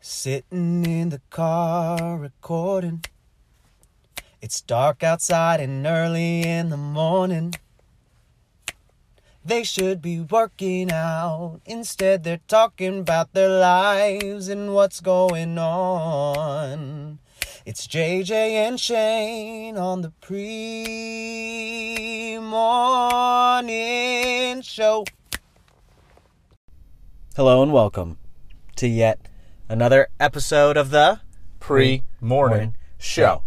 Sitting in the car recording. It's dark outside and early in the morning. They should be working out. Instead, they're talking about their lives and what's going on. It's JJ and Shane on the pre morning show. Hello and welcome to yet another episode of the pre morning Morning show.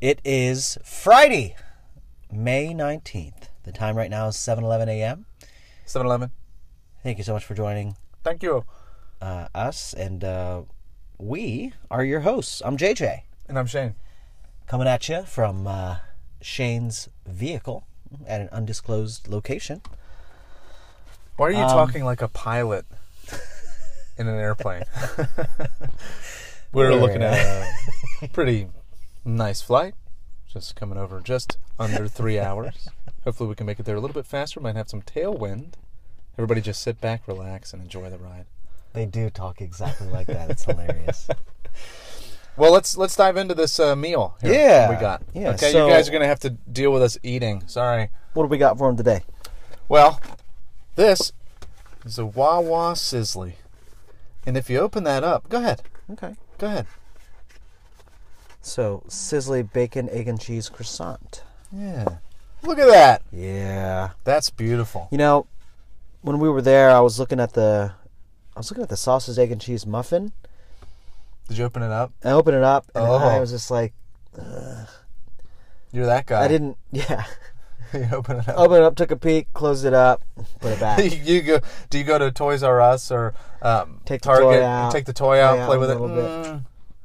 It is Friday, May 19th. The time right now is 7:11 a.m. 7 Eleven. Thank you so much for joining Thank you. uh, us and uh, we are your hosts. I'm JJ And I'm Shane. coming at you from uh, Shane's vehicle at an undisclosed location. Why are you Um, talking like a pilot in an airplane? we were We're, looking at a pretty nice flight, just coming over just under three hours. Hopefully, we can make it there a little bit faster. Might have some tailwind. Everybody just sit back, relax, and enjoy the ride. They do talk exactly like that. It's hilarious. Well, let's let's dive into this uh, meal. Here Yeah. we got. Yeah, okay, so- you guys are gonna have to deal with us eating. Sorry. What do we got for him today? Well, this is a Wawa Sizzly. And if you open that up, go ahead. Okay. Go ahead. So, sizzly bacon, egg, and cheese croissant. Yeah. Look at that. Yeah. That's beautiful. You know, when we were there, I was looking at the, I was looking at the sausage, egg, and cheese muffin. Did you open it up? I opened it up, and Oh. I was just like, You're that guy. I didn't. Oh. Yeah, you open it up. opened it up, took a peek, closed it up, put it back. you go. Do you go to Toys R Us or um, Take the toy Target? out, take the toy play out, play out with a it. little bit. Mm,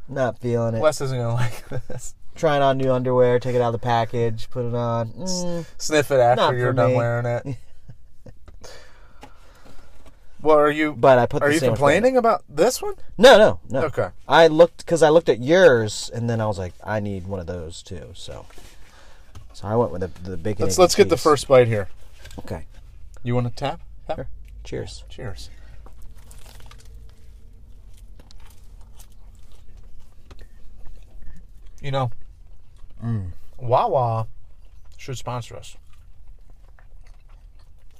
Not feeling it. Wes isn't gonna like this. Trying on new underwear, take it out of the package, put it on. Mm. Sniff it after Not you're for done me. wearing it. well, are you? But I put. are the you sandwich back. complaining about this one? No, no, no. Okay. I looked because I looked at yours, and then I was like, I need one of those too. So, so I went with the, the bacon. Let's egg, let's and get the cheese. first bite here. Okay. You want to tap? Tap. Sure. Cheers. Cheers. You know, Wawa should sponsor us.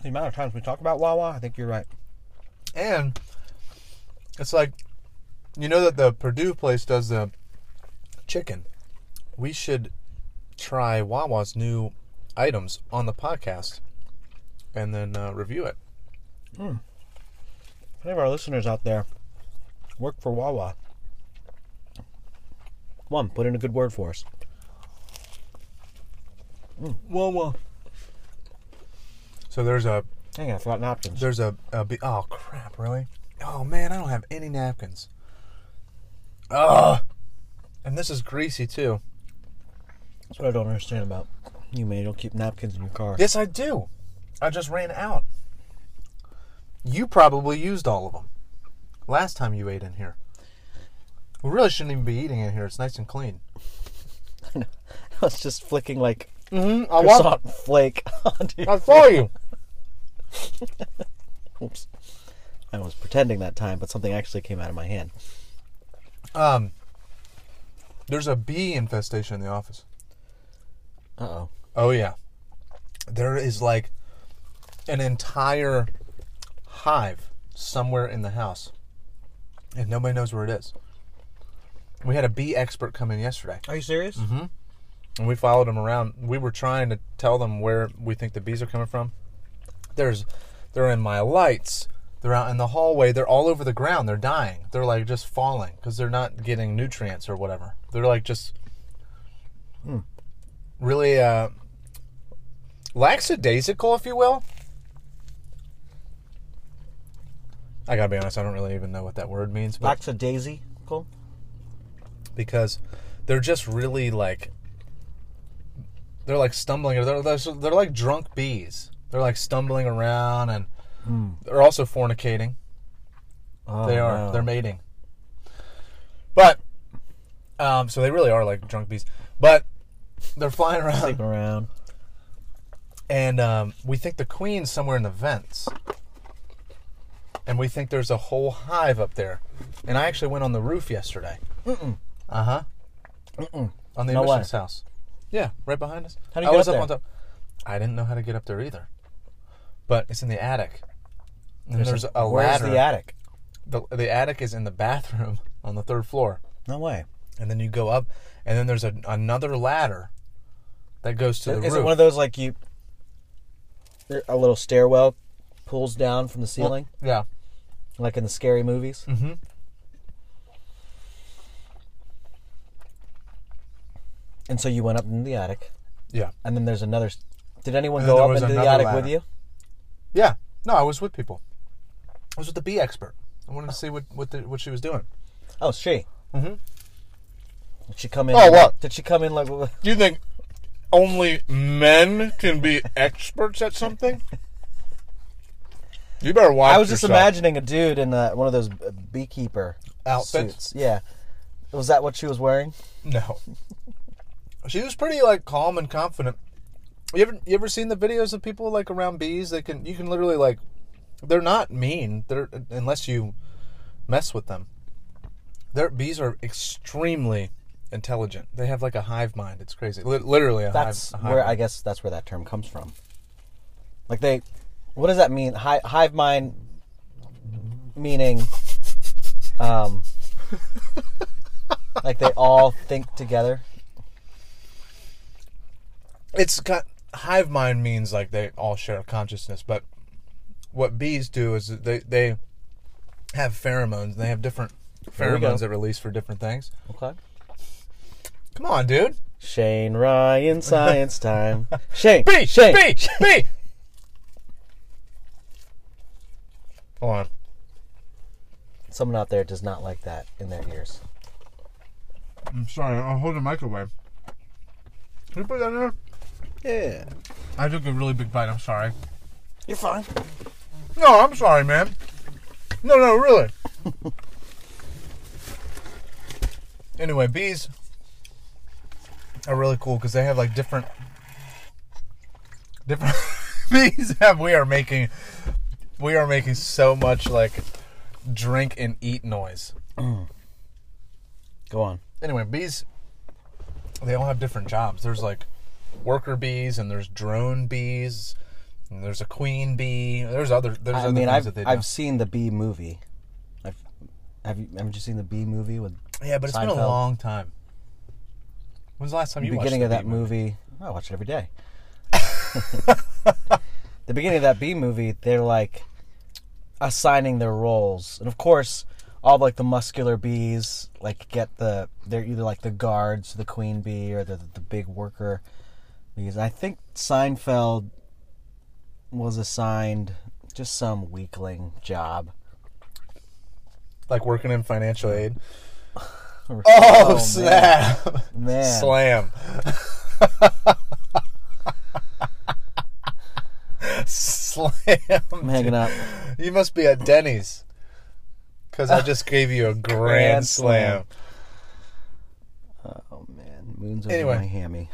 The amount of times we talk about Wawa, I think you're right. And it's like, you know that the Purdue place does the chicken. We should try Wawa's new items on the podcast and then uh, review it. If any of our listeners out there work for Wawa, come on, put in a good word for us. Wawa. So there's a Dang it, I forgot napkins. There's a, a be- oh crap, really? Oh man, I don't have any napkins. Ugh. And this is greasy too. That's what I don't understand about you, man. You don't keep napkins in your car. Yes, I do. I just ran out. You probably used all of them last time you ate in here. We really shouldn't even be eating in here. It's nice and clean. I was just flicking like Mm-hmm. I croissant flake onto your- I saw you. Oops. I was pretending that time, but something actually came out of my hand. Um. There's a bee infestation in the office. Uh oh. Oh yeah. There is like an entire hive somewhere in the house. And nobody knows where it is. We had a bee expert come in yesterday Are you serious? and we followed them around. We were trying to tell them where we think the bees are coming from. There's they're in my lights. They're out in the hallway. They're all over the ground. They're dying. They're like just falling because they're not getting nutrients or whatever. They're like just hmm, really uh, lackadaisical, if you will. I gotta be honest. I don't really even know what that word means, but Lackadaisy? Cool. because they're just really like they're like stumbling or they're, they're, they're like drunk bees they're like stumbling around and they're also fornicating Hmm. Oh, they are no. they're mating but um so they really are like drunk bees but they're flying around Sleeping around. and um, we think the queen's somewhere in the vents and we think there's a whole hive up there. And I actually went on the roof yesterday. Mm-mm. Uh huh. Mm-mm. On the No emissions way. house. Yeah, right behind us. How'd you I get was up on there? top. I didn't know how to get up there either. But it's in the attic. And there's, a, Where's ladder. the attic? The, the attic is in the bathroom on the third floor. No way. And then you go up, and then there's a, another ladder that goes to the Is roof. it one of those like you? A little stairwell pulls down from the ceiling, yeah. like in the scary movies. Mm-hmm. And so you went up into the attic, Yeah. and then there's another. s- Did anyone And then go Uh, there up was into the another attic ladder. with you? Yeah. No, I was with people. I was with the bee expert. I wanted to see what what, the, what she was doing. Oh, she. Mhm. Did she come in? Oh, what? Did she come in like? with- Do you think only men can be experts at something? You better watch. I was just imagining a dude in uh one of those b- beekeeper Outfits? Suits. Yeah. Was that what she was wearing? No. She was pretty like calm and confident. You ever you ever seen the videos of people like around bees? They can you can literally like they're not mean. They're unless you mess with them. Their bees are extremely intelligent. They have like a hive mind. It's crazy. Li- literally a That's hive. a hive where mind. I guess that's where that term comes from. Like they, what does that mean? Hi, hive mind, meaning, um, like they all think together. it's got hive mind means like they all share consciousness, but what bees do is they they have pheromones. They have different There we go. pheromones that release for different things. Okay. Come on, dude. Shane Ryan, science time. Shane, Bee, Shane, bee, bee. Hold on. Someone out there does not like that in their ears. I'm sorry. I'll hold the microwave. Can you put that in there? Yeah, I took a really big bite. I'm sorry. you're fine. No, I'm sorry, man. No, no, really. anyway, bees are really cool because they have like different, different bees have. We are making, we are making so much like drink and eat noise. Go on. Anyway, bees, they all have different jobs. There's like worker bees and there's drone bees. And there's a queen bee. There's other. There's I other mean, things I've that they do. I've seen the B movie. I've have you haven't you seen the B movie with Yeah, but it's been a Seinfeld. long time. When's the last time you the beginning watched of the that Bee movie. I watch it every day. the beginning of that B movie, they're like assigning their roles, and of course, all like the muscular bees like get the they're either like the guards, the queen bee, or the the big worker bees. I think Seinfeld was assigned just some weakling job. Like working in financial aid. Oh, Oh, man. snap! Man. Slam! Slam! I'm hanging out. You must be at Denny's. Because I just gave you a grand, Grand slam. slam. Oh man, moons over Anyway. my hammy.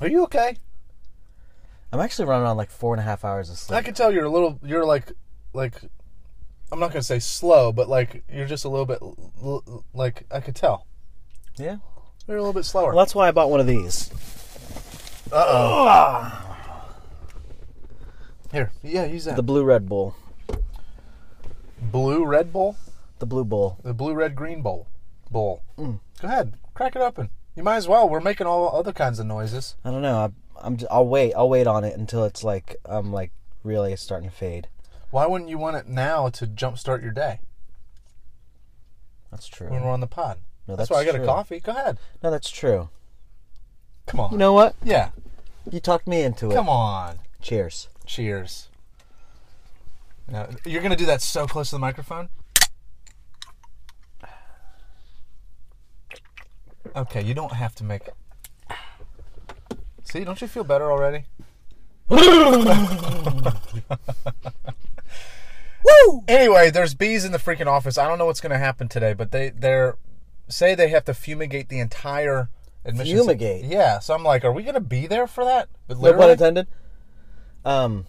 Are you okay? I'm actually running on like four and a half hours of I sleep. can tell you're a little. You're like, like. I'm not gonna say slow, but like you're just a little bit. l- l- Like I could tell Yeah. you're a little bit slower. Well, that's why I bought one of these. Here, yeah, use that. The blue Red Bull. blue Red Bull, The blue bull. the blue red green bowl, bowl. Mm. Go ahead, crack it open. You might as well. We're making all other kinds of noises. I don't know. I, I'm. Just, I'll wait. I'll wait on it until it's like I'm like really starting to fade. Why wouldn't you want it now to jumpstart your day That's true. when we're on the pod? No, that's, that's why I got true. a coffee. Go ahead. No, that's true. Come on. You know what? yeah. You talked me into it. Come on. Cheers. Cheers. Now, you're gonna do that so close to the microphone. Okay, you don't have to make. See, don't you feel better already? Woo! Anyway, there's bees in the freaking office. I don't know what's going to happen today, but they they're say they have to fumigate the entire admission. Fumigate? Yeah. So I'm like, are we going to be there for that? But No pun literally, intended. Um.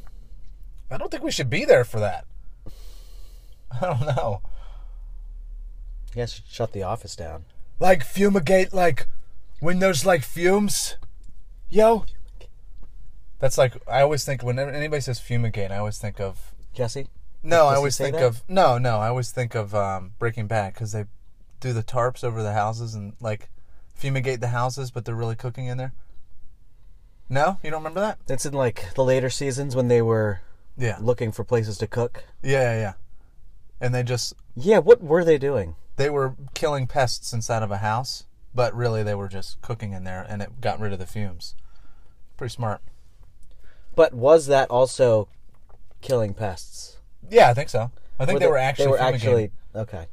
I don't think we should be there for that. I don't know. You guys should shut the office down. Like fumigate, like when there's like fumes, yo. That's like I always think whenever anybody says fumigate, I always think of Jesse? no. I he always say think that? of no, no. I always think of um, Breaking Bad because they do the tarps over the houses and like fumigate the houses, but they're really cooking in there. No, you don't remember that? That's in like the later seasons when they were Yeah, looking for places to cook. yeah, yeah. yeah. And they just Yeah, what were they doing? they were killing pests inside of a house, but really they were just cooking in there, and it got rid of the fumes. Pretty smart. But was that also killing pests? Yeah, I think so. I think they, were actually. They were fumigating. actually okay.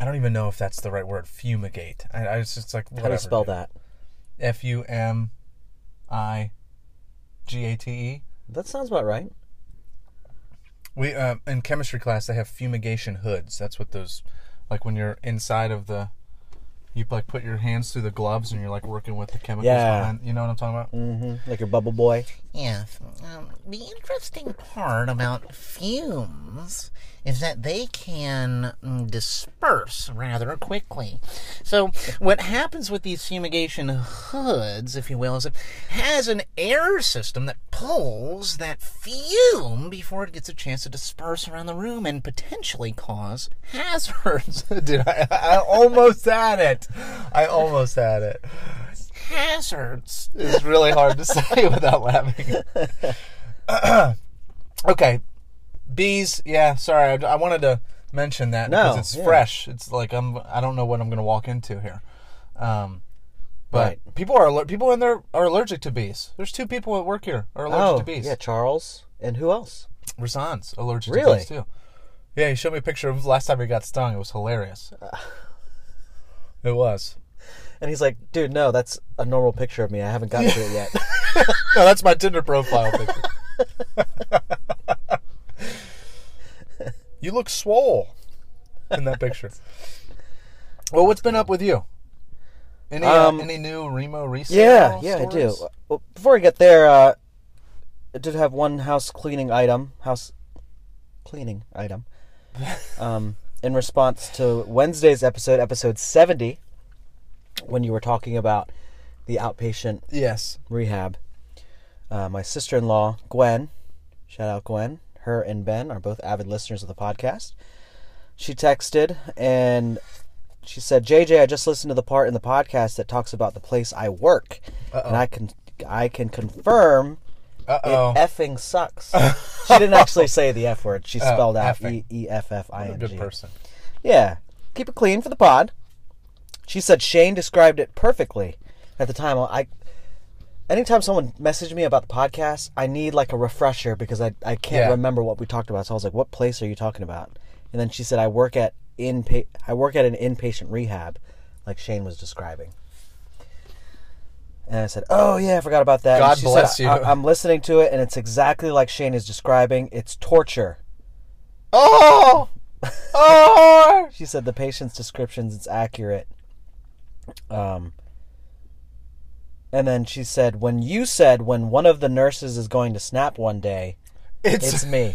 I don't even know if that's the right word. Fumigate. I, I was just like. How Whatever, do you spell that? F U M, I, G A T E. That sounds about right. We uh, in chemistry class they have fumigation hoods. That's what those, like when you're inside of the, you like put your hands through the gloves and you're like working with the chemicals. Yeah. Behind, you know what I'm talking about. Mm-hmm. Like your bubble boy. Yes. Um, the interesting part about fumes is that they can mm, disperse rather quickly. So, what happens with these fumigation hoods, if you will, is it has an air system that pulls that fume before it gets a chance to disperse around the room and potentially cause hazards. Dude, I, I almost had it. I almost had it. hazards. It's really hard to say without laughing. okay, bees. Yeah, sorry. I, I wanted to mention that No, because it's yeah. fresh. It's like I'm. I don't know what I'm going to walk into here. Um, but Right. people are aller- people in there are allergic to bees. There's two people at work here are allergic to bees. Oh, yeah, Charles. And who else? Rasan's allergic to Really? bees too. Yeah, he showed me a picture of last time he got stung. It was hilarious. it was. And he's like, dude, no, that's a normal picture of me. I haven't gotten to it yet. No, that's my Tinder profile picture. you look swole in that picture. Well, what's been up with you? Any uh, Um, any new Remo resale? yeah, yeah, I stories? do. Well, before I get there, uh, I did have one house cleaning item. House cleaning item. Um, in response to Wednesday's episode, episode 70, when you were talking about the outpatient Yes. rehab. Uh, my sister in law, Gwen, shout out Gwen, her and Ben are both avid listeners of the podcast. She texted and she said, JJ, I just listened to the part in the podcast that talks about the place I work. And I can I can confirm Uh it oh. effing sucks. she didn't actually say the F word. She spelled out Oh, effing. E E F F I a N G. good person. Yeah. Keep it clean for the pod. She said Shane described it perfectly. At the time, I anytime someone messaged me about the podcast, I need like a refresher because I, I can't Yeah. remember what we talked about. So I was like, "What place are you talking about?" And then she said, "I work at in I work at an inpatient rehab, like Shane was describing." And I said, "Oh yeah, I forgot about that." And God she said, bless you. I, I'm listening to it, and it's exactly like Shane is describing. It's torture. Oh. Oh. She said the patient's descriptions it's accurate. Um and then she said when you said when one of the nurses is going to snap one day, It's, it's me.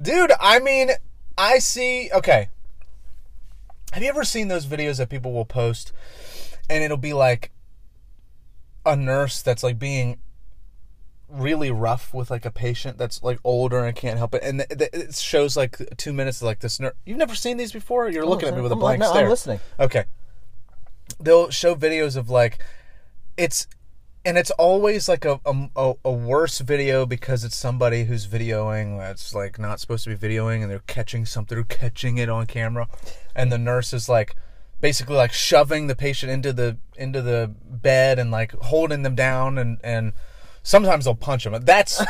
dude. I mean, I see. Okay. Have you ever seen those videos that people will post, and it'll be like a nurse that's like being really rough with like a patient that's like older and can't help it, and th- th- it shows like two minutes of like this nurse. You've never seen these before. You're looking at me with a I'm- blank no, stare. I'm listening. Okay. They'll show videos of like it's and it's always like a a, a- a worse video because it's somebody who's videoing that's like not supposed to be videoing and they're catching something they're catching it on camera and the nurse is like basically like shoving the patient into the into the bed and like holding them down and and sometimes they'll punch them that's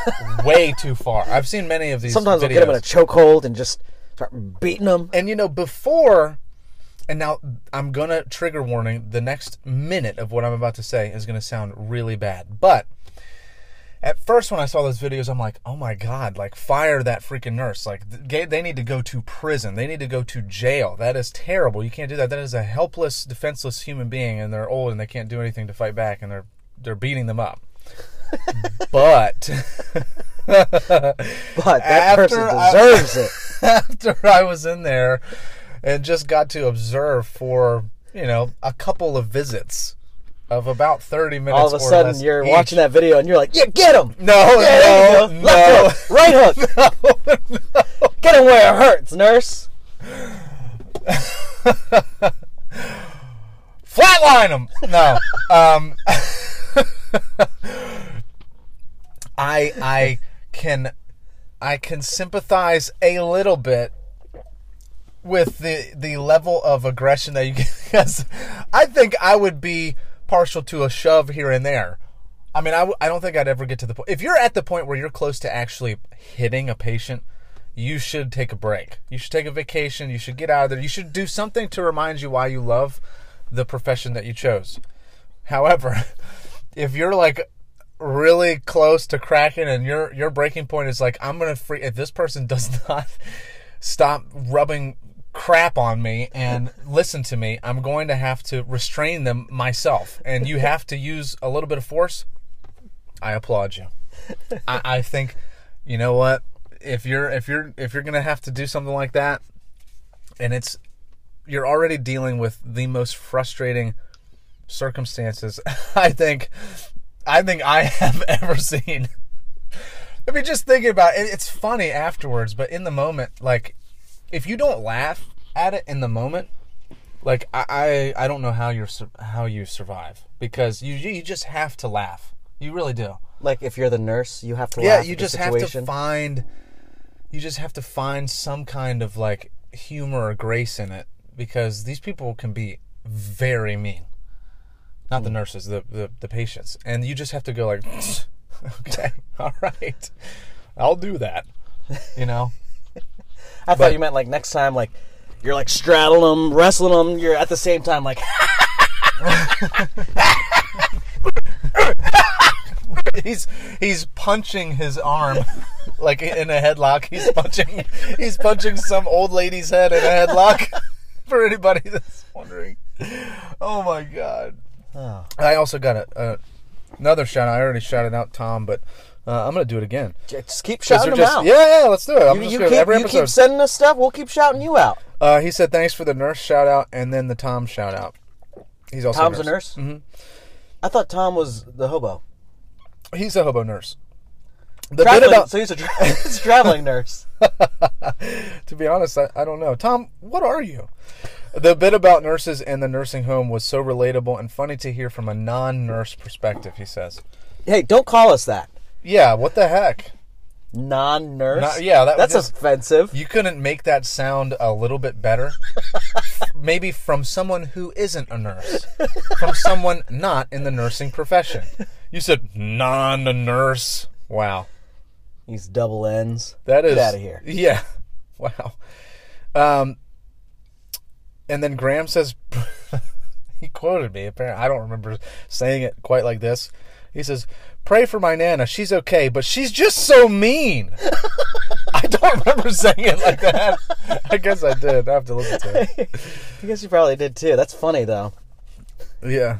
way too far i've seen many of these Sometimes videos I'll get him in a chokehold and just start beating him. and you know before and now i'm gonna trigger warning the next minute of what i'm about to say is gonna sound really bad but at first when i saw those videos i'm like oh my god like fire that freaking nurse like th- ga- they need to go to prison they need to go to jail that is terrible you can't do that that is a helpless defenseless human being and they're old and they can't do anything to fight back and they're they're beating them up but But that After person I- deserves it. after I was in there and just got to observe for, you know, a couple of visits of about 30 minutes. All of a or sudden, less you're each. watching that video and you're like, "Yeah, get him! No, Yeah, there you no, go. no. Left hook, right hook. Get him where it hurts, nurse." Flatline him. No. um, I I can I can sympathize a little bit with the the level of aggression that you get. 'Cause I think I would be partial to a shove here and there. I mean, I, w- I don't think I'd ever get to the point. If you're at the point where you're close to actually hitting a patient, you should take a break. You should take a vacation. You should get out of there. You should do something to remind you why you love the profession that you chose. However, if you're like really close to cracking and your your breaking point is like I'm gonna free if this person does not stop rubbing crap on me and listen to me, I'm going to have to restrain them myself. And you have to use a little bit of force. I applaud you. I, I think you know what if you're if you're if you're gonna have to do something like that, and it's you're already dealing with the most frustrating circumstances I think I think I have ever seen. I mean, just thinking about it, it's funny afterwards, but in the moment, like if you don't laugh at it in the moment, like I I, I don't know how you're sur- how you survive because you you just have to laugh. You really do. Like if you're the nurse, you have to. Yeah, laugh you at the just have to situation. find you just have to find some kind of like humor or grace in it because these people can be very mean. Not the nurses, the, the the patients. And you just have to go like okay, all right. I'll do that. You know. I thought you meant like next time, like you're like straddling them, wrestling them. You're at the same time like he's he's punching his arm like in a headlock. He's punching he's punching some old lady's head in a headlock. For anybody that's wondering, oh my god! I also got a, a another shout out. I already shouted out Tom, but uh, I'm gonna do it again. just keep 'Cause shouting they're them just- out. Yeah, yeah, let's do it. I'm You, just you gonna, keep, every you episode. keep sending us stuff. We'll keep shouting you out. uh, he said thanks for the nurse shout out and then the Tom shout out. He's also Tom's a nurse. Mm-hmm. I thought Tom was the hobo. He's a hobo nurse. The bit Traveling, about so he's a, tra- he's a traveling nurse. to be honest, I, I don't know. Tom, what are you? The bit about nurses and the nursing home was so relatable and funny to hear from a non nurse perspective, he says. Hey, don't call us that. Yeah, what the heck? Non-nurse. Not- yeah, that was that's just- offensive. You couldn't make that sound a little bit better? Maybe from someone who isn't a nurse, from someone not in the nursing profession. You said non nurse. Wow. He's double ends. That is Get out of here. Yeah. Wow. Um, and then Graham says he quoted me. Apparently, I don't remember saying it quite like this. He says, "Pray for my nana. She's okay, but she's just so mean." I don't remember saying it like that. I guess I did. I have to listen to it. I guess you probably did too. That's funny though. Yeah.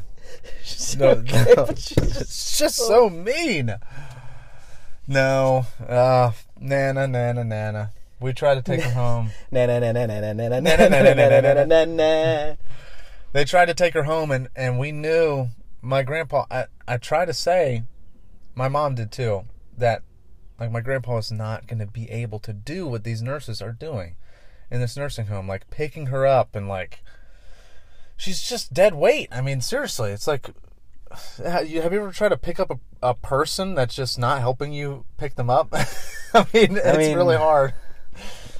No, no. It's just so mean. No. Uh, nana, nana, nana. We try to take her home. Na na na na na na na na na, na, na, na, na, na na. they tried to take her home and and we knew my grandpa i i tried to say my mom did too that like my grandpa is not going to be able to do what these nurses are doing in this nursing home like picking her up and like she's just dead weight i mean seriously it's like ha- you- have you ever tried to pick up a, a person that's just not helping you pick them up i mean it's mean- really hard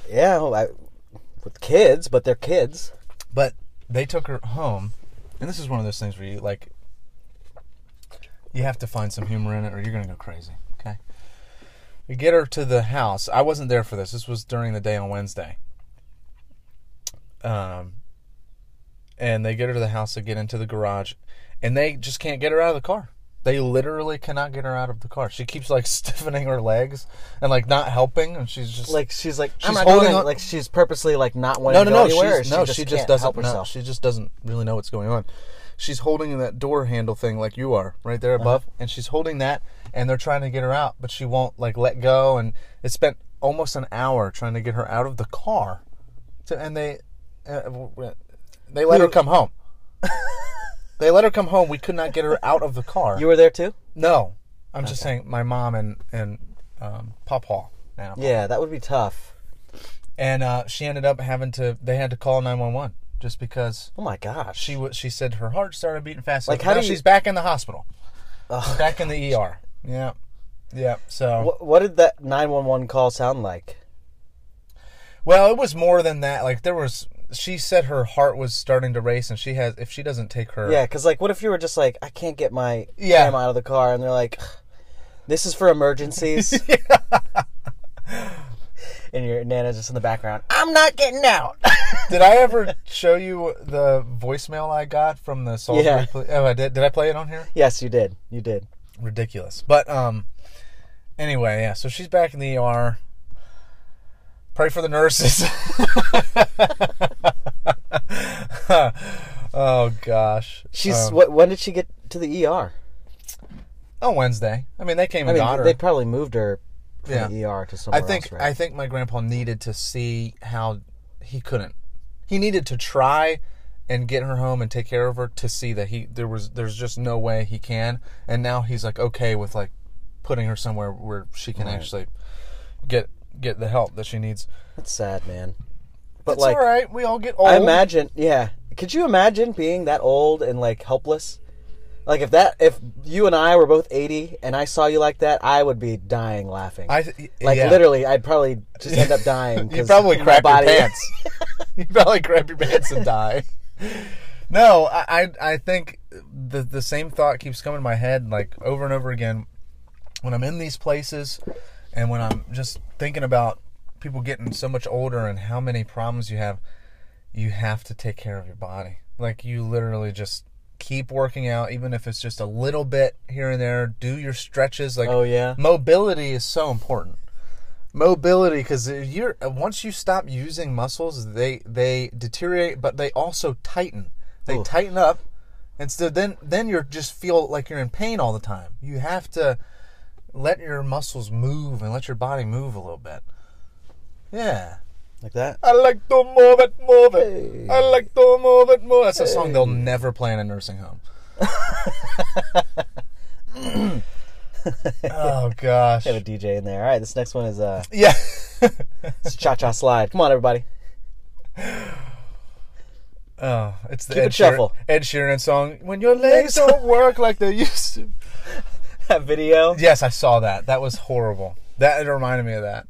Yeah, well, I, with kids, but they're kids. but they took her home and this is one of those things where you like you have to find some humor in it or you're gonna go crazy okay we get her to the house i wasn't there for this this was during the day on wednesday um and they get her to the house to get into the garage and they just can't get her out of the car they literally cannot get her out of the car she keeps like stiffening her legs and like not helping and she's just Like she's like She's I'm not holding going, on- like she's purposely like not wanting no, to no, go no. anywhere. She's, no, she just, can't doesn't. help know- herself. she just doesn't really know what's going on. she's holding that door handle thing like you are right Uh-huh. there above, and she's holding that, and they're trying to get her out, but she won't like let go, and it spent almost an hour trying to get her out of the car, to, and they uh, w- w- they let her come home. they let her come home. We could not get her out of the car. You were there too? no, I'm just saying my mom and and um, Papa now. Yeah, that would be tough. and uh, she ended up having to. They had to call 911 just because Oh my gosh. she was she said her heart started beating fast. Like, Like how now do you- she's back in the hospital. Ugh. Back in the ER. Yeah. Yeah. So What, what did that 911 call sound like? well, it was more than that. Like there was she said her heart was starting to race and she has if she doesn't take her Yeah, because like, what if you were just like, I can't get my Yeah. grandma out of the car, and they're like, this is for emergencies. and your nana's just in the background. I'm not getting out. Did I ever show you the voicemail I got from the Salisbury Yeah. poli- Oh, I did did I play it on here? yes, you did. You did. ridiculous. But um, anyway, yeah. So she's back in the ER. Pray for the nurses. oh gosh. She's Um, what? When did she get to the ER? on Wednesday. I mean, they came I and mean, got her. they probably moved her from Yeah. the ER to I somewhere think else, right? I think my grandpa needed to see how he couldn't. He needed to try and get her home and take care of her to see that he there was there's just no way he can. And now he's like okay with like putting her somewhere where she can actually get get the help that she needs. That's sad, man. But it's like, all right. We all get old. I imagine, yeah. Could you imagine being that old and like helpless? Like if that, if you and I were both eighty, and I saw you like that, I would be dying laughing. I th- like yeah. literally, I'd probably just end up dying. You 'cause probably my crap your body- pants. you probably crap your pants and die. No, I I, I think the the same thought keeps coming to my head like over and over again when I'm in these places and when I'm just thinking about people getting so much older and how many problems you have, you have to take care of your body. Like you literally just keep working out even if it's just a little bit here and there, do your stretches like Oh, yeah? Mobility is so important mobility because you're once you stop using muscles they they deteriorate but they also tighten they tighten up and so then then you're just feel like you're in pain all the time you have to let your muscles move and let your body move a little bit yeah like that. i like to move it move it i like to move it move it that's a song they'll never play in a nursing home oh gosh They have a DJ in there. All right, this next one is uh, yeah it's Cha Cha Slide. Come on, everybody. Oh, it's the Keep Ed, it shuffle. Sheeran, Ed Sheeran song. When your legs don't work like they used to. That video. Yes, I saw that. That was horrible. That it reminded me of that.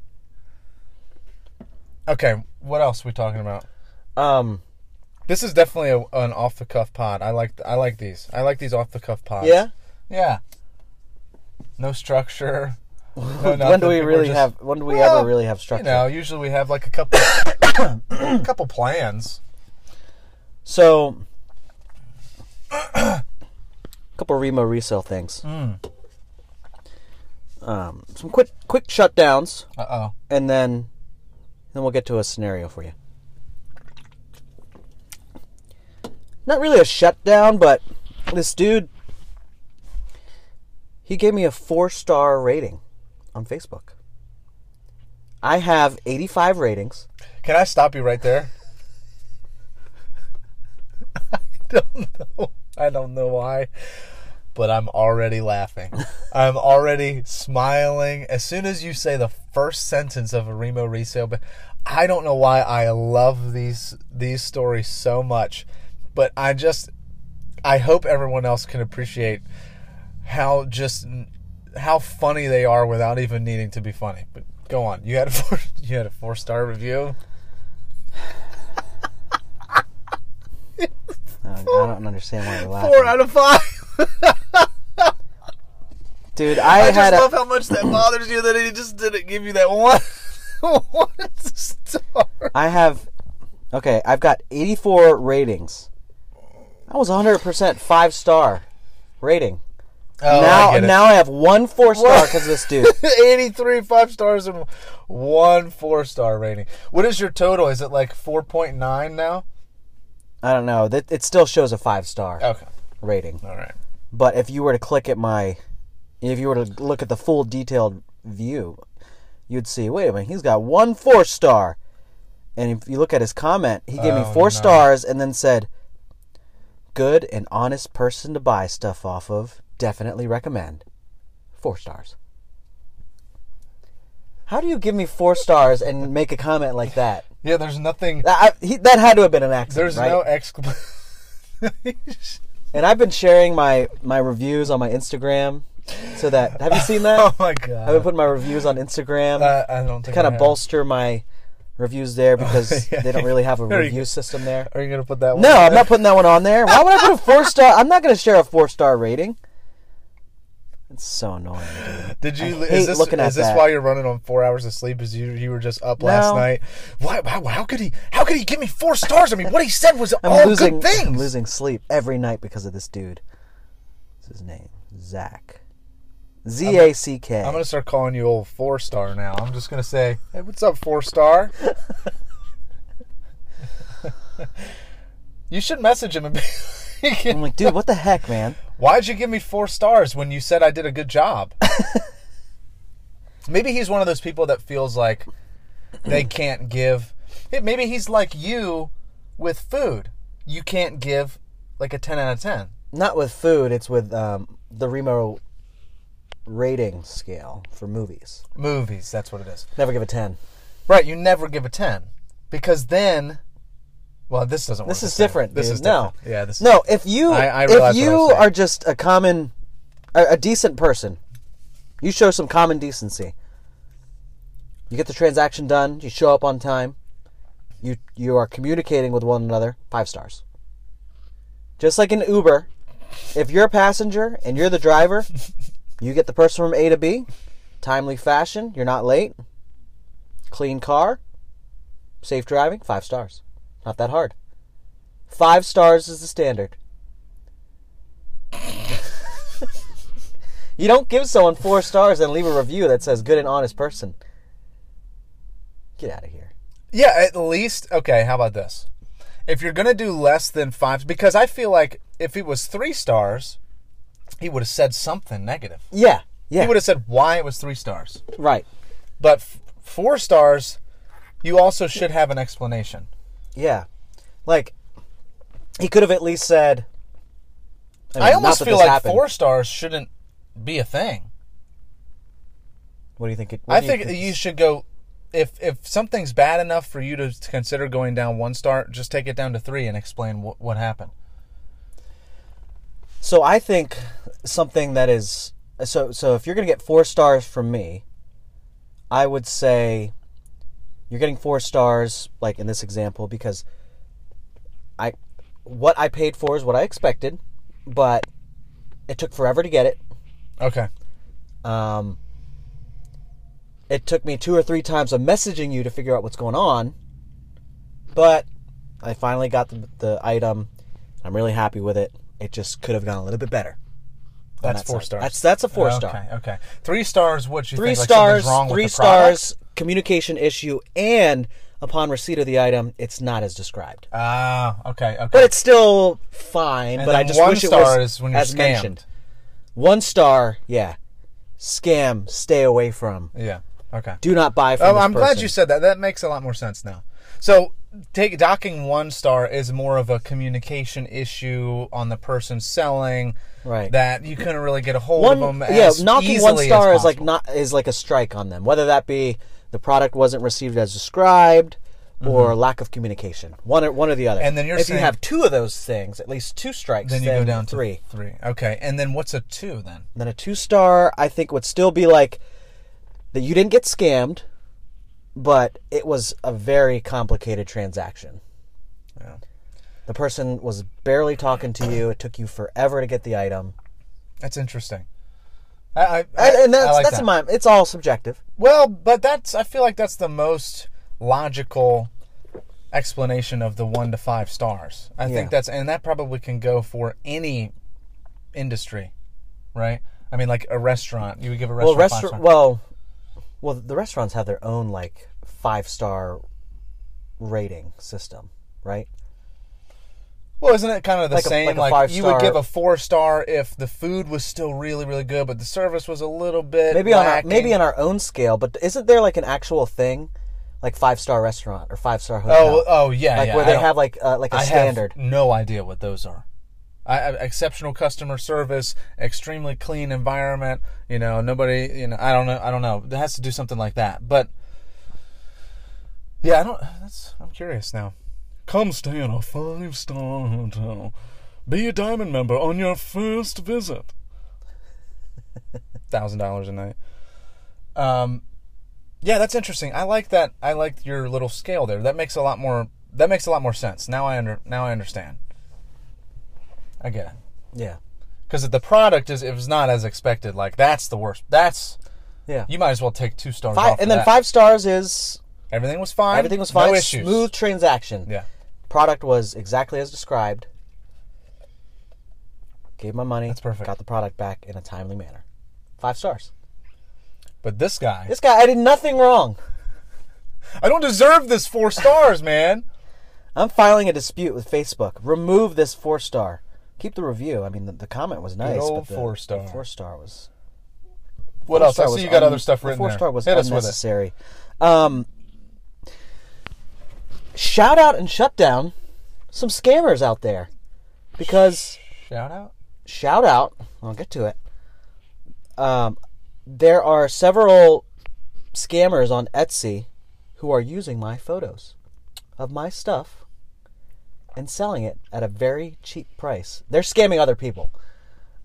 Okay, what else we talking about? Um, This is definitely a, an off the cuff pod. I like I like these. I like these off the cuff pods. yeah. yeah. No structure. no when nothing. do we People really just- have? When do we Well, ever really have You structure? know, usually we have like a couple, a couple plans. So, a couple Remo resale things. Hmm. Um, some quick quick shutdowns, Uh oh. and then then we'll get to a scenario for you. Not really a shutdown, but this dude he gave me a four star rating on Facebook. I have eighty five ratings. Can I stop you right there? I don't know. I don't know why, but I'm already laughing. I'm already smiling. As soon as you say the first sentence of a Remo resale, but I don't know why I love these these stories so much. But I just I hope everyone else can appreciate how just how funny they are without even needing to be funny. But go on. You had a four, you had a four star review. Uh, I I don't understand why you're laughing, Four out of five. dude. I, I had just a, love how much that bothers you that he just didn't give you that one, one star. I have okay, I've got 84 ratings. That was 100% 5 star rating. Oh, now now I have one 4 star cuz of this dude. 83 five stars and one four star rating. What is your total? Is it like 4.9 now? I don't know. That it still shows a 5 star. Okay. rating. All right. But if you were to click at my, if you were to look at the full detailed view, you'd see. Wait a minute, he's got one four star, and if you look at his comment, he gave Oh, me four no. stars and then said, "Good and honest person to buy stuff off of. Definitely recommend." Four stars. How do you give me four stars and make a comment like that? Yeah, there's nothing. That, I, he, that had to have been an accident. There's right? no exclamation. And I've been sharing my my reviews on my Instagram, so that have you seen that? oh my I've been god. putting my reviews on Instagram Uh, I don't think. to kind I of have. bolster my reviews there because yeah. they don't really have a There you review go. system there. Are you gonna put that? one No, in I'm there? not putting that one on there. Why would I put a four star? I'm not going to share a four star rating. It's so annoying. Dude. Did you? hate is this, looking at is this that. why you're running on four hours of sleep? Is you you were just up last No. night? Why, why? How could he? How could he give me four stars? I mean, what he said was I'm all losing Oh, good things. I'm losing sleep every night because of this dude. What's his name? Zach. Z A C K. I'm gonna start calling you old four star now. I'm just gonna say, hey, what's up, four star? you should message him and be. I'm like, dude, what the heck, man? Why'd you give me four stars when you said I did a good job? maybe he's one of those people that feels like they can't give. hey, Maybe he's like you with food. You can't give like a 10 out of 10. Not with food. It's with um, the Remo rating scale for movies. Movies, that's what it is. Never give a ten. Right, you never give a 10 because then. Well, this doesn't work. This the is same. different. This dude. is no. different. Yeah, this is no. If you I- I if realize what I you was saying. are just a common, a, a decent person, you show some common decency. You get the transaction done. You show up on time. You you are communicating with one another. Five stars. Just like in Uber, if you're a passenger and you're the driver, you get the person from A to B, timely fashion. You're not late. Clean car. Safe driving. Five stars. Not that hard. Five stars is the standard. you don't give someone four stars and leave a review that says good and honest person. Get out of here. Yeah, at least okay. How about this? If you're gonna do less than five, because I feel like if it was three stars, he would have said something negative. Yeah. Yeah. He would have said why it was three stars. right. But f- four stars, you also should have an explanation. Yeah. Like, he could have at least said. mean, I not almost that feel this like happened. four stars shouldn't be a thing. What do you think? It, what I do think you should go. If if something's bad enough for you to consider going down one star, just take it down to three and explain what what happened. So I think something that is so so if you're going to get 4 stars from me, I would say you're getting 4 stars like in this example because I what I paid for is what I expected, but it took forever to get it. Okay. Um it took me two or three times of messaging you to figure out what's going on, but I finally got the, the item. I'm really happy with it. It just could have gone a little bit better. on That's that four side. stars. That's that's a four okay, star. Okay. Three stars. What you Three think, like, something's stars. wrong with three the product? stars. Communication issue, and upon receipt of the item, it's not as described. Ah. okay. Okay. But it's still fine. And but then I just one wish it star was is when you're as scammed. mentioned. One star, yeah. Scam. Stay away from. yeah. Okay. Do not buy from. Oh, this I'm glad person. you said that. That makes a lot more sense now. So, take docking one star is more of a communication issue on the person selling. Right. That you couldn't really get a hold one. of them. Yeah, as knocking one easily star as is like possible. not is like a strike on them. Whether that be the product wasn't received as described. Or lack of communication, one or one or the other. Mm-hmm. And then you're if saying- you have two of those things, at least two strikes, Then you go down to three. Three. Okay. And then what's a two then? then a two star i think would still be like that you didn't get scammed but it was a very complicated transaction Yeah. the person was barely talking to you it took you forever to get the item That's interesting. I, I, I and, and that's I like that's that. my it's all subjective Well, but that's I feel like that's the most logical explanation of the 1 to 5 stars. I Yeah. think that's and that probably can go for any industry, right? I mean like a restaurant, you would give a well restaurant restaurant five stars. well well the restaurants have their own like five star rating system right Well, isn't it kind of the Like a- like same? a like you would five-star- give a four star if the food was still really, really good, but the service was a little bit Maybe on our, lacking. maybe on our own scale, but isn't there like an actual thing, like five star restaurant or five star hotel? oh oh yeah like yeah, where I they don't- have like uh, like a I have standard. no idea what those are. I, I, exceptional customer service, extremely clean environment. You know, nobody. You know, I don't know. I don't know. It has to do something like that. But yeah, I don't. That's. I'm curious now. Come stay in a five star hotel. Be a diamond member on your first visit. Thousand dollars a night. Um, yeah, that's interesting. I like that. I like your little scale there. That makes a lot more. That makes a lot more sense. Now I under. Now I understand. I get it. Yeah, Because if the product is, if it's not as expected, like that's the worst. That's yeah. you might as well take two stars Five, off. and of then that. five stars is Everything was fine. everything was fine. No issues. Smooth transaction. Yeah. Product was exactly as described. Gave my money. That's perfect. Got the product back in a timely manner. Five stars. But this guy, This guy, I did nothing wrong. I don't deserve this four stars, man. I'm filing a dispute with Facebook. Remove this four star. Keep the review. I mean, the, the comment was nice. old but the, four star. the Four star was. What four else? I star see was you got un- other stuff the written Four there. star was Hit us with it. unnecessary. Um, shout out and shut down some scammers out there, because Shout out. shout out. I'll get to it. Um, there are several scammers on Etsy who are using my photos of my stuff and selling it at a very cheap price. They're scamming other people.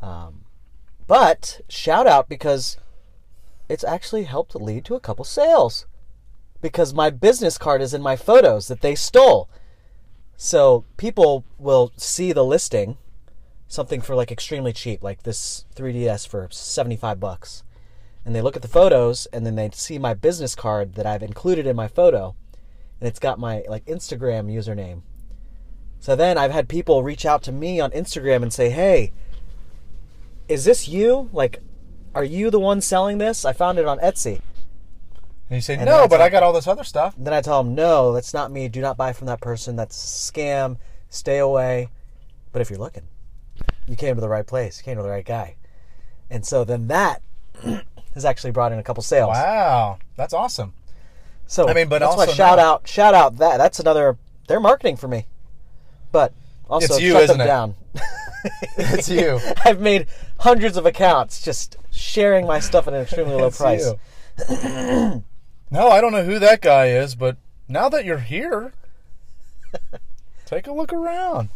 Um, but shout out because it's actually helped lead to a couple sales because my business card is in my photos that they stole. So people will see the listing something for like extremely cheap, like this 3DS for 75 bucks. And they look at the photos and then they see my business card that I've included in my photo and it's got my like Instagram username. So then I've had people reach out to me on Instagram and say, "Hey, is this you? Like are you the one selling this? I found it on Etsy." And you say And no, that's but all- I got all this other stuff. Then I tell them, "No, that's not me. Do not buy from that person. That's a scam. Stay away." But if you're looking, you came to the right place. You came to the right guy. And so then that has actually brought in a couple sales. Wow, that's awesome. So I mean, but that's also why shout now- out, shout out that that's another they're marketing for me. But also It's you, shut isn't them it? down. It's you. I've made hundreds of accounts just sharing my stuff at an extremely low It's price. you. no, I don't know who that guy is, but now that you're here, take a look around.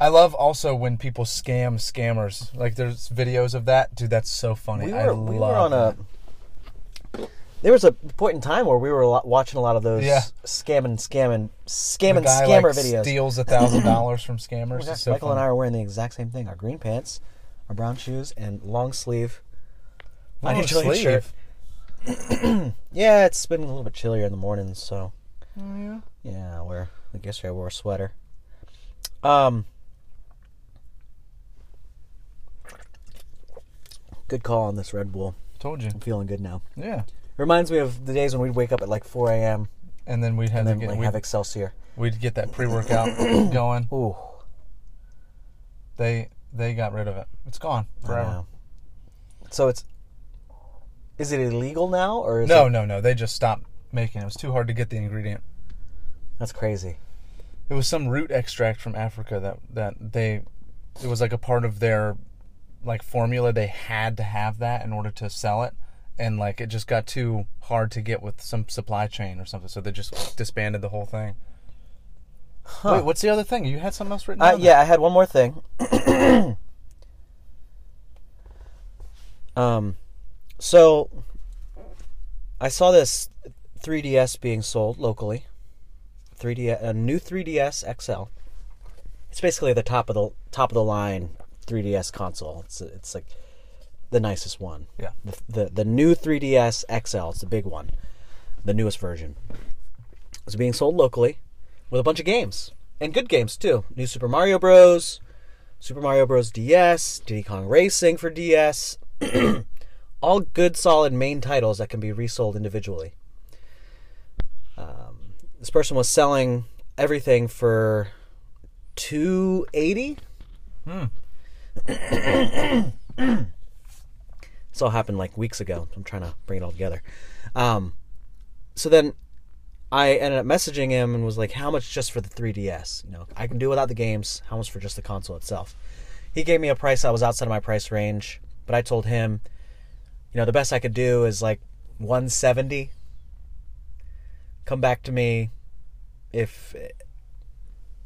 I love also when people scam scammers. Like there's videos of that. Dude, that's so funny. We I were, love we were on a. There was a point in time where we were lo- watching a lot of those Yeah. scamming, scamming, that. The scamming, guy, scammer like, videos. Steals a thousand dollars from Oh scammers. my gosh, It's so Michael and I funny. are wearing the exact same thing: our green pants, our brown shoes, and long sleeve. Long Unusual sleeve. shirt. Yeah, it's been a little bit chillier in the mornings, so yeah, yeah. I wear. I guess I wore a sweater. Um, good call on this Red Bull. Told you. I'm feeling good now. Yeah. Reminds me of the days when we'd wake up at like 4 a.m. And then we'd have and to then get, like, we'd, have Excelsior. we'd get that pre workout going. Ooh, They they got rid of it. It's gone I forever. know. So it's is it illegal now or is No, it, no, no. They just stopped making it. It was too hard to get the ingredient. that's crazy. It was some root extract from Africa that that they it was like a part of their like formula they had to have that in order to sell it and like it just got too hard to get with some supply chain or something so they just disbanded the whole thing. Huh. Wait, what's the other thing? You had something else written Uh, down? yeah, I had one more thing. um, so I saw this 3DS being sold locally. 3D, a new 3DS XL. It's basically the top of the top of the line 3DS console. It's it's like the nicest one. Yeah. The the, the new 3DS XL. It's the big one, the newest version. It's being sold locally with a bunch of games and good games too. New Super Mario Bros, Super Mario Bros DS, Diddy Kong Racing for DS. All good, solid main titles that can be resold individually. Um, this person was selling everything for 280. this all happened like weeks ago. I'm trying to bring it all together. Um, so then I ended up messaging him and was like, "How much just for the 3DS? You know, I can do without the games. How much for just the console itself?" He gave me a price that was outside of my price range, but I told him, you know, the best I could do is like 170. Come back to me if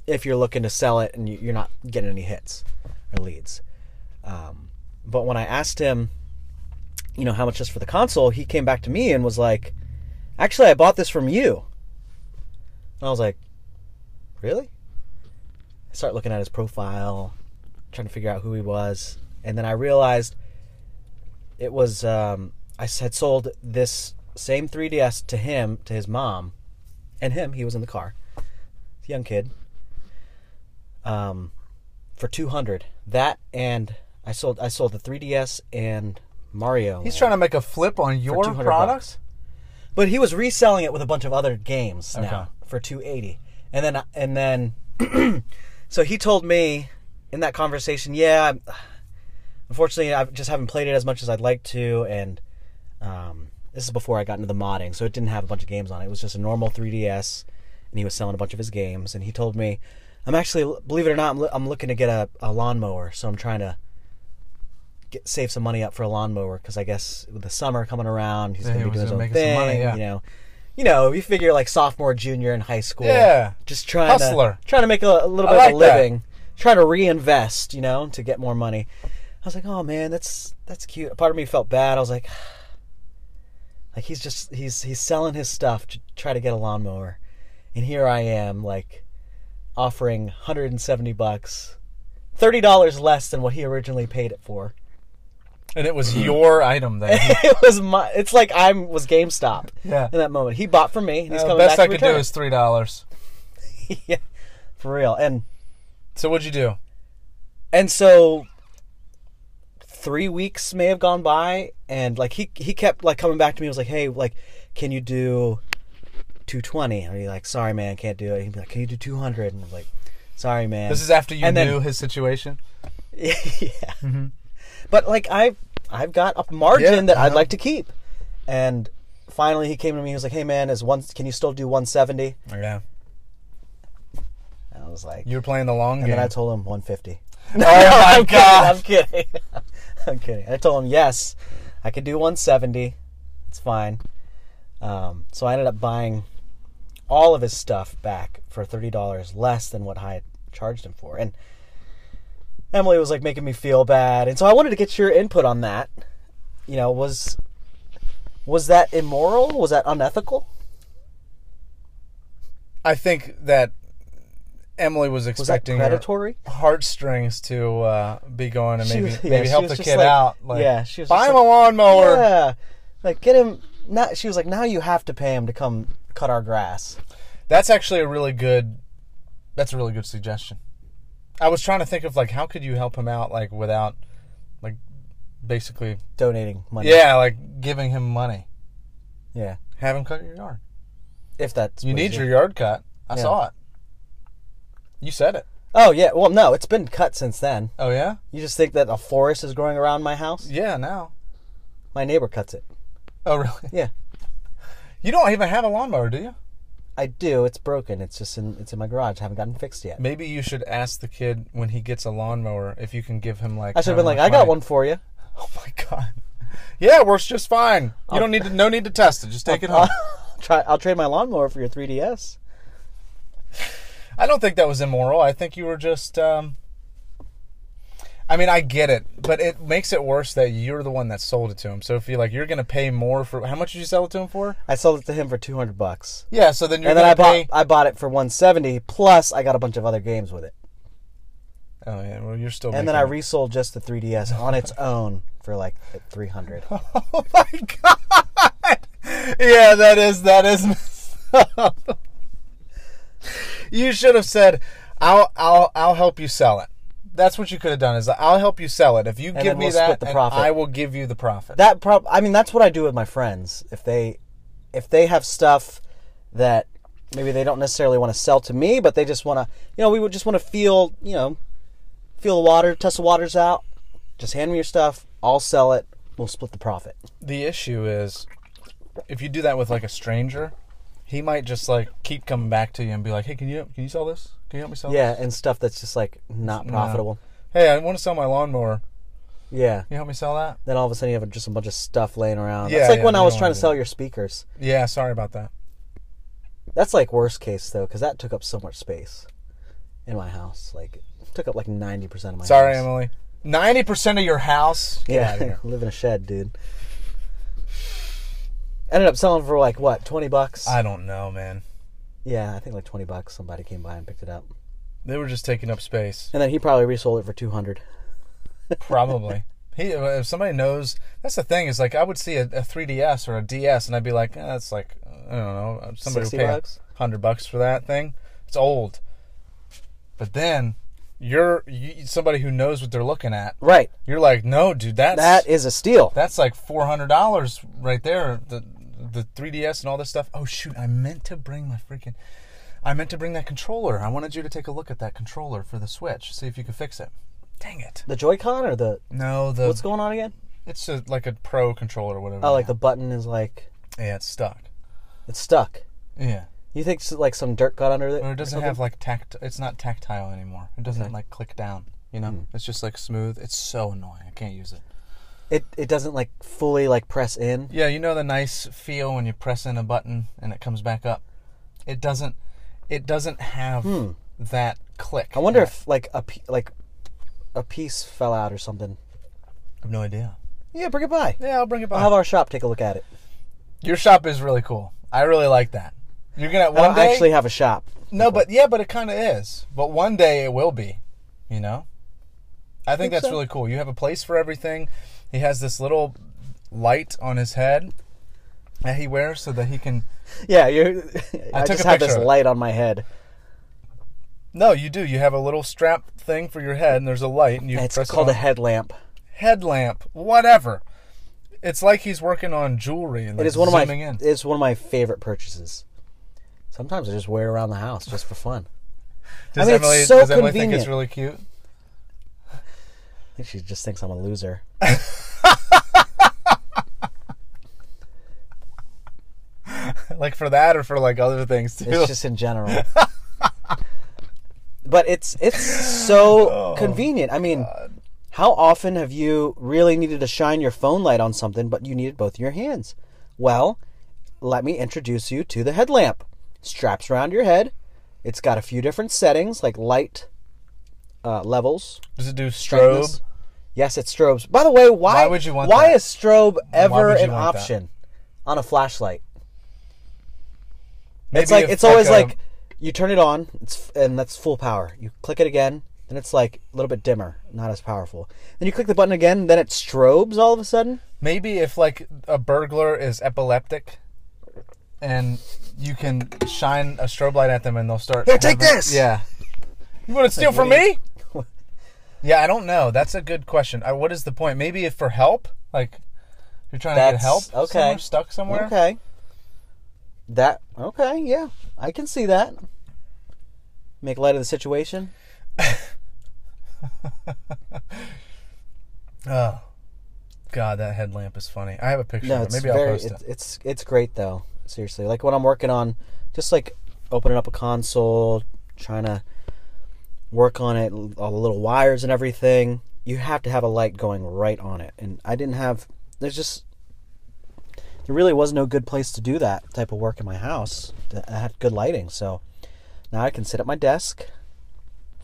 if you're looking to sell it and you- you're not getting any hits or leads. Um, but when I asked him, you know, how much is for the console, he came back to me and was like, actually, I bought this from you. And I was like, really? I start looking at his profile, trying to figure out who he was. And then I realized it was, um, I s- had sold this same 3DS to him, to his mom, and him. He was in the car, young kid um, for two hundred. That and I sold I sold the 3ds and Mario. He's trying to make a flip on your $200 products. but he was reselling it with a bunch of other games Okay. now for two eighty, and then and then, so he told me in that conversation, yeah, I'm- unfortunately I just haven't played it as much as I'd like to, and um, this is before I got into the modding, so it didn't have a bunch of games on it. It was just a normal 3ds, and he was selling a bunch of his games, and he told me, I'm actually believe it or not, I'm, lo- I'm looking to get a, a lawnmower, so I'm trying to. Get, save some money up for a lawnmower because I guess with the summer coming around, he's Yeah, gonna be he doing was his own making thing. some money, yeah. You know, you know, you figure like sophomore, junior in high school. Yeah. Just trying Hustler. to trying to make a, a little I bit of a like that. living, trying to reinvest, you know, to get more money. I was like, oh man, that's that's cute. Part of me felt bad. I was like, like he's just he's he's selling his stuff to try to get a lawnmower, and here I am like offering 170 bucks, thirty dollars less than what he originally paid it for. And it was your item that he it was my. It's like I was GameStop. Yeah. In that moment, he bought from me. And he's Uh, coming best back I to could return do it. is three dollars. yeah, for real. And So what'd you do? and so three weeks may have gone by, and like he he kept like coming back to me. He was like, "Hey, like, can you do 220?" And he's like, "Sorry, man, can't do it." He'd be like, "Can you do 200?" And I'm like, "Sorry, man." This is after you And then- knew his situation. yeah. But like I I've got a margin Yeah, that I'd yeah. like to keep. And finally he came to me he was like, "Hey man, is one can you still do 170?" Yeah. And I was like, You were playing the long and game. then I told him 150. oh my god! I'm kidding. I'm kidding. I told him, "Yes, I could do 170. It's fine." Um, so I ended up buying all of his stuff back for $30 less than what I had charged him for. And Emily was like making me feel bad. And so I wanted to get your input on that. You know, was was that immoral? Was that unethical? I think that Emily was Was that expecting her predatory? heartstrings to uh, be going and She maybe was- yeah, maybe she help was the just kid like- out. Like, yeah, she was buy just him like, a lawnmower. Yeah. Like get him now she was like, now you have to pay him to come cut our grass. That's actually a really good. That's a really good suggestion. I was trying to think of like how could you help him out like without like basically Donating money. yeah like giving him money. Yeah. Have him cut your yard. If that's You what need it- your yard cut. I Yeah. saw it. You said it. Oh yeah. Well, no, it's been cut since then. Oh yeah. You just think that a forest is growing around my house? Yeah. Now. My neighbor cuts it. Oh really? Yeah. You don't even have a lawnmower, do you? I do. It's broken. It's just in it's in my garage. I haven't gotten fixed yet. Maybe you should ask the kid when he gets a lawnmower if you can give him like. I should have been like, however much I got money." one for you. Oh my god. Yeah, it works just fine. You don't need to. No need to test it. Just take it home. Try I'll trade my lawnmower for your 3DS. I don't think that was immoral. I think you were just. Um, I mean, I get it, but it makes it worse that you're the one that sold it to him. So if you like, you're going to pay more for how much did you sell it to him for? I sold it to him for 200 bucks. Yeah, so then you're And then going I to pay. bought I bought it for 170 plus I got a bunch of other games with it. Oh yeah, well you're still. And then I making- resold just the 3DS on its own for like 300. Oh my god! Yeah, that is that is. messed up. you should have said, "I'll I'll I'll help you sell it." That's what you could have done. Is I'll help you sell it if you give then me we'll that, split the and profit." I will give you the profit. that prob I mean that's what I do with my friends if they if they have stuff that maybe they don't necessarily want to sell to me, but they just want to, you know, we would just want to feel, you know, feel the water, test the waters out. Just hand me your stuff. I'll sell it. We'll split the profit. the issue is if you do that with like a stranger he might just like keep coming back to you and be like hey can you can you sell this can you help me sell Yeah, this and stuff that's just like not profitable. hey i want to sell my lawnmower Yeah. can you help me sell that Then all of a sudden you have just a bunch of stuff laying around. Yeah, That's like yeah, when I you was don't trying wanna to do sell that. your speakers. yeah sorry about that That's like worst case though, because that took up so much space in my house. Like, it took up like ninety percent of my. sorry house. emily 90% of your house Get outta Yeah, here. live in a shed, dude. Ended up selling for like what, twenty bucks? i don't know man yeah, I think like twenty bucks. Somebody came by and picked it up, they were just taking up space and then he probably resold it for two hundred. probably he if somebody knows that's the thing is like i would see a, a 3ds or a ds and i'd be like eh, that's like i don't know somebody would 60 pay bucks? 100 bucks for that thing it's old but then you're you, somebody who knows what they're looking at Right, you're like no dude that's that is a steal. that's like $400 right there the the 3ds and all this stuff oh shoot i meant to bring my freaking i meant to bring that controller i wanted you to take a look at that controller for the switch see if you could fix it dang it the Joy-Con or the no the what's going on again? it's a, like a pro controller or whatever. Oh, like the button is like yeah, it's stuck. it's stuck. Yeah, You think s- like some dirt got under it? or or it doesn't something? have like tact. It's not tactile anymore. It doesn't like click down. You Hmm. know, it's just like smooth. It's so annoying. I can't use it. it. It doesn't like fully like press in. Yeah, you know the nice feel when you press in a button and it comes back up. It doesn't. It doesn't have that click. Hmm. I wonder if like a p- like a piece fell out or something. I have no idea. Yeah, bring it by. Yeah, I'll bring it I'll have by. our shop take a look at it. Your shop is really cool. I really like that. You're gonna I one don't day. actually have a shop. No, but yeah, but it kind of is. But one day it will be, you know. I think, that's so? really cool. You have a place for everything. He has this little light on his head that he wears so that he can. Yeah, you. I, took just a have picture this of it. light on my head. No, you do. You have a little strap thing for your head, and there's a light, and you It's press called it a on. headlamp. headlamp, whatever. It's like he's working on jewelry and like It is one of my. zooming in. It's one of my favorite purchases. Sometimes I just wear it around the house just for fun. Does mean, it's Emily, so does Emily think convenient. it's really cute? I think she just thinks I'm a loser. Like for that, or for like other things too. It's just in general. but it's it's so Oh, convenient. I mean, how often have you really needed to shine your phone light on something, but you needed both your hands? Well, let me introduce you to the headlamp. Straps around your head. It's got a few different settings like light uh, levels, does it do brightness. strobe? Yes, it's strobes. By the way, why, Why would you want Why that? is strobe ever would you an want that? option on a flashlight? Maybe it's like if, it's always a- like, you turn it on, it's and that's full power. You click it again, then it's like a little bit dimmer, not as powerful. Then you click the button again, then it strobes all of a sudden. Maybe if like a burglar is epileptic, and you can shine a strobe light at them, and they'll start. Here, take having- this! Yeah. You want to steal from me? yeah, I don't know. That's a good question. I, what is the point? Maybe if for help, like if you're trying to get That's- help. okay. somewhere, stuck somewhere. Okay. That okay, yeah. I can see that. Make light of the situation. Oh, God, that headlamp is funny. I have a picture. No, of it. it's Maybe very I'll post it's, it. it's it's great though. Seriously, like when I'm working on, just like opening up a console, trying to work on it, all the little wires and everything. You have to have a light going right on it, and I didn't have. There's just there really was no good place to do that type of work in my house that had good lighting. So now I can sit at my desk,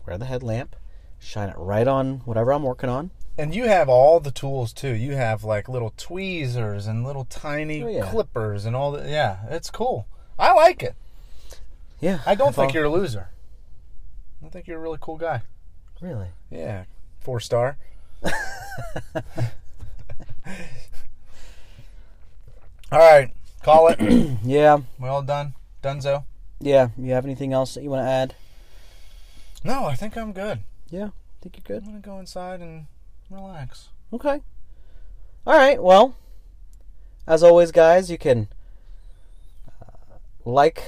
wear the headlamp, shine it right on whatever I'm working on. And you have all the tools too. You have like little tweezers and little tiny Oh, yeah. clippers and all that. Yeah, it's cool. I like it. Yeah, I don't I've think al- you're a loser. I think you're a really cool guy. really. Yeah, four star. all right, call it. Yeah, We're all done. Dunzo. yeah. You have anything else that you want to add? No, I think I'm good. Yeah, I think you're I'm good. gonna go inside and relax. Okay. All right. Well, as always, guys, you can uh, like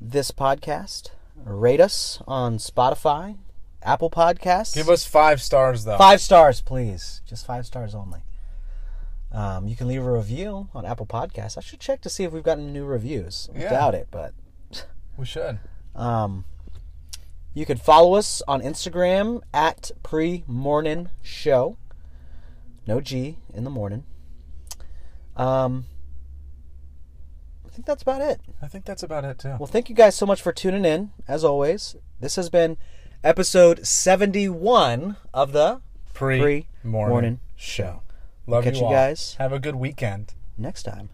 this podcast. Rate us on Spotify, Apple Podcasts. Give us five stars though. Five stars, please. Just five stars only. Um, you can leave a review on Apple Podcasts. I should check to see if we've gotten new reviews. I Yeah. doubt it, but We should. um, you can follow us on Instagram at pre morning show. No G in the morning. Um, I think that's about it. I think that's about it too. Well, thank you guys so much for tuning in. As always, this has been episode 71 of the Pre pre-morning morning show. Love Catch you all. guys. Have a good weekend. next time.